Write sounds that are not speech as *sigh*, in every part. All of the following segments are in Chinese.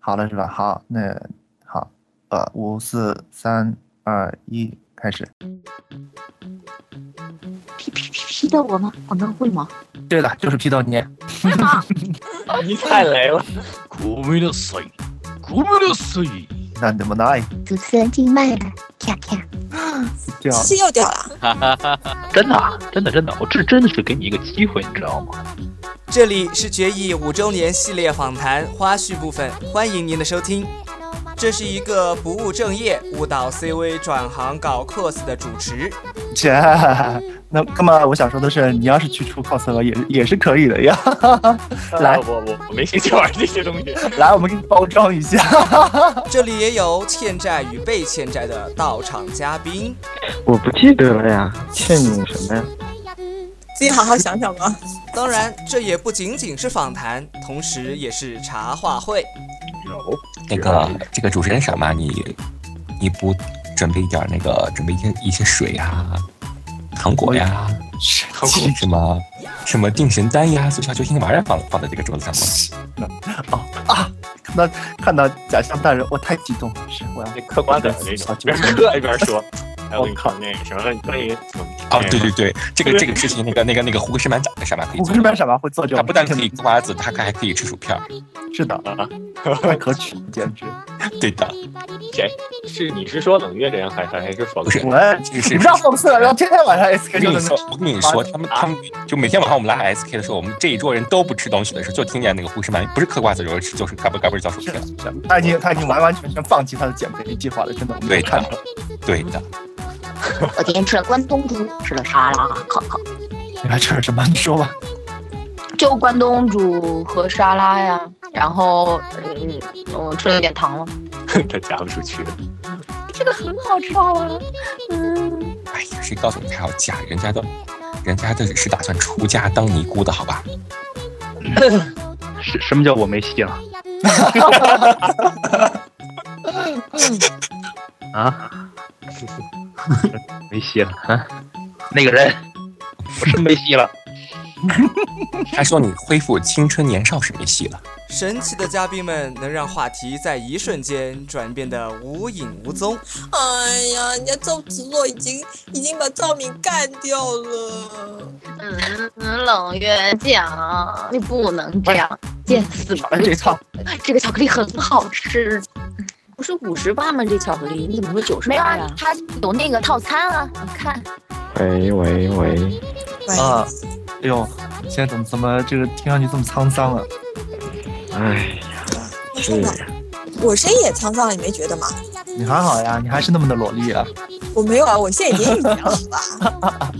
好了是吧？好，那好，呃，五四三二一，开始。批批批批到我吗？我能会吗？对的，就是批斗你。你太雷了！ごめんなさい。ごめんなさい。なんでもない。主持人进麦了，咔咔。这样是又掉了。啊真的啊，真的真的，我这真的是给你一个机会，你知道吗？这里是决议五周年系列访谈花絮部分，欢迎您的收听。这是一个不务正业、误导 CV 转行搞 cos 的主持。这， *laughs* 那那么我想说的是，你要是去出 cos 也是也是可以的呀。 *laughs* 来啊我我我没兴趣玩这些东西。来，我们给你包装一下。这里也有欠债与被欠债的到场嘉宾。我不记得了呀，欠你什么呀？自己好好想啊想吧。当然，这也不仅仅是访谈，同时也是茶话会。 *coughs* 那个这个主持人傻妈，你你不准备一点那个准备一些一些水啊、糖果呀、糖果什么什么定神丹呀、速效救心丸呀，放放在这个桌子上吗？看到看到假象大人，我太激动了，是我要那客观的那种，一边嗑一边说。哎，我给你看那个什么，你关于哦，对对对，这个这个事情，那个那个那个胡歌石蛮长的傻妈可以我做不是，班傻吧会做这他种，不但可以嗑瓜子，他还可以吃薯片儿。是的，啊， *laughs* 太可取，简直。对的，谁是你是说冷月这样，还还还是否不是 *laughs* 我这是你不要讽刺了，然后天天晚上 SK 我跟就你在说，那我跟你说，他们他们就每天晚上我们拉 SK 的时候，我们这一桌人都不吃东西的时候，就听见那个胡适满不是嗑瓜子就是吃，就是嘎嘣嘎嘣嚼薯片。是他已经他已经完完全全放弃他的减肥计划了，真的，我们对都看着。对的，我今天吃了关东煮，吃了沙拉，烤烤。你来哎这是什么？你说吧。就关东煮和沙拉呀，然后嗯，我吃了一点糖了， *laughs* 他夹不出去？这个很好吃啊好吧？嗯，哎呀，谁告诉你他要嫁？人家都，人家这是打算出家当尼姑的好吧？ *laughs* 什什么叫我没戏了？啊，没戏了啊！那个 *laughs* 人，我真没戏了。他说你恢复青春年少是没戏了。神奇的嘉宾们能让话题在一瞬间转变得无影无踪。 *laughs* 哎呀，人家赵子洛已经已经把赵敏干掉了。嗯，冷月讲你不能这样，贱死吧！哎，这一套这个巧克力很好吃，不是五十八吗？这巧克力你怎么说九十没有八啊呀？，它有那个套餐啊，你看，喂喂喂，啊，哎呦，现在怎么怎么这个听上去这么沧桑啊？哎，我是真的，我声音也沧桑了，你没觉得吗？你还好呀，你还是那么的萝莉啊。我没有啊，我现在已经御姐 *laughs* 了，好吧？啊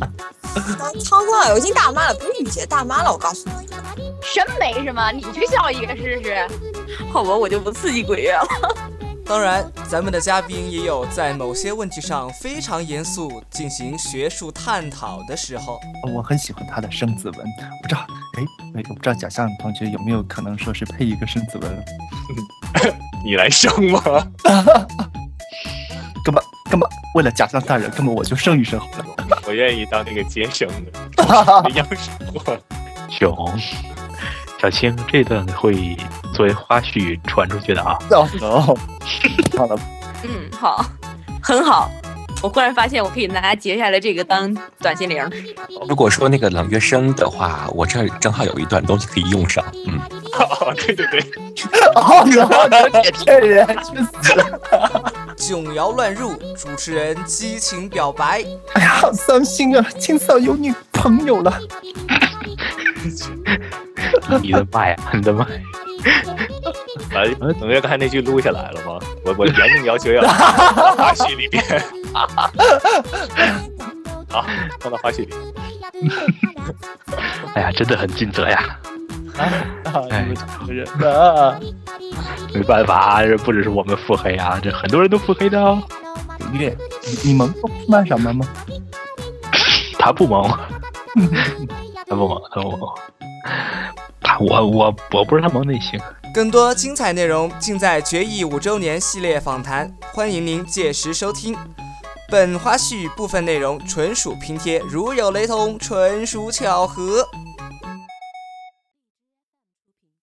沧桑了，我已经大妈了，不是御姐大妈了，我告诉你。审美是吗？你去笑一个试试。好吧，我就不刺激鬼月了。当然，咱们的嘉宾也有在某些问题上非常严肃进行学术探讨的时候。我很喜欢他的生子文，不知道哎，没我不知道假象同学有没有可能说是配一个生子文，你来生吗？根本根本为了假象大人，根本我就生一生好了。我愿意当那个接生的，没要生过。囧，小青，这段会作为花絮传出去的 *laughs* 啊。哦，哦好 *laughs* 了，嗯，好，很好。我忽然发现，我可以拿它截下来这个当短信铃儿。如果说那个冷月生的话，我这儿正好有一段东西可以用上。嗯，哦，对对对，哦，然后你这人去死了！囧摇乱入，主持人激情表白，哎呀，好伤心啊，青少有女朋友了。你的妈呀，你的妈呀！完，冷月刚才那句录下来了吗？我我严重要求要放到花絮里边。好，放到花絮里。哎呀，真的很尽责呀。 *laughs* 啊，哎你们这个人啊，没办法啊，这不只是我们腹黑啊，这很多人都腹黑的哦。月，你你萌过慢什 *laughs* 么吗？他不萌，啊他不萌，他不萌。他我我我不是他萌那型。更多精彩内容尽在《决议五周年系列访谈》，欢迎您届时收听。本花絮部分内容纯属拼贴，如有雷同，纯属巧合。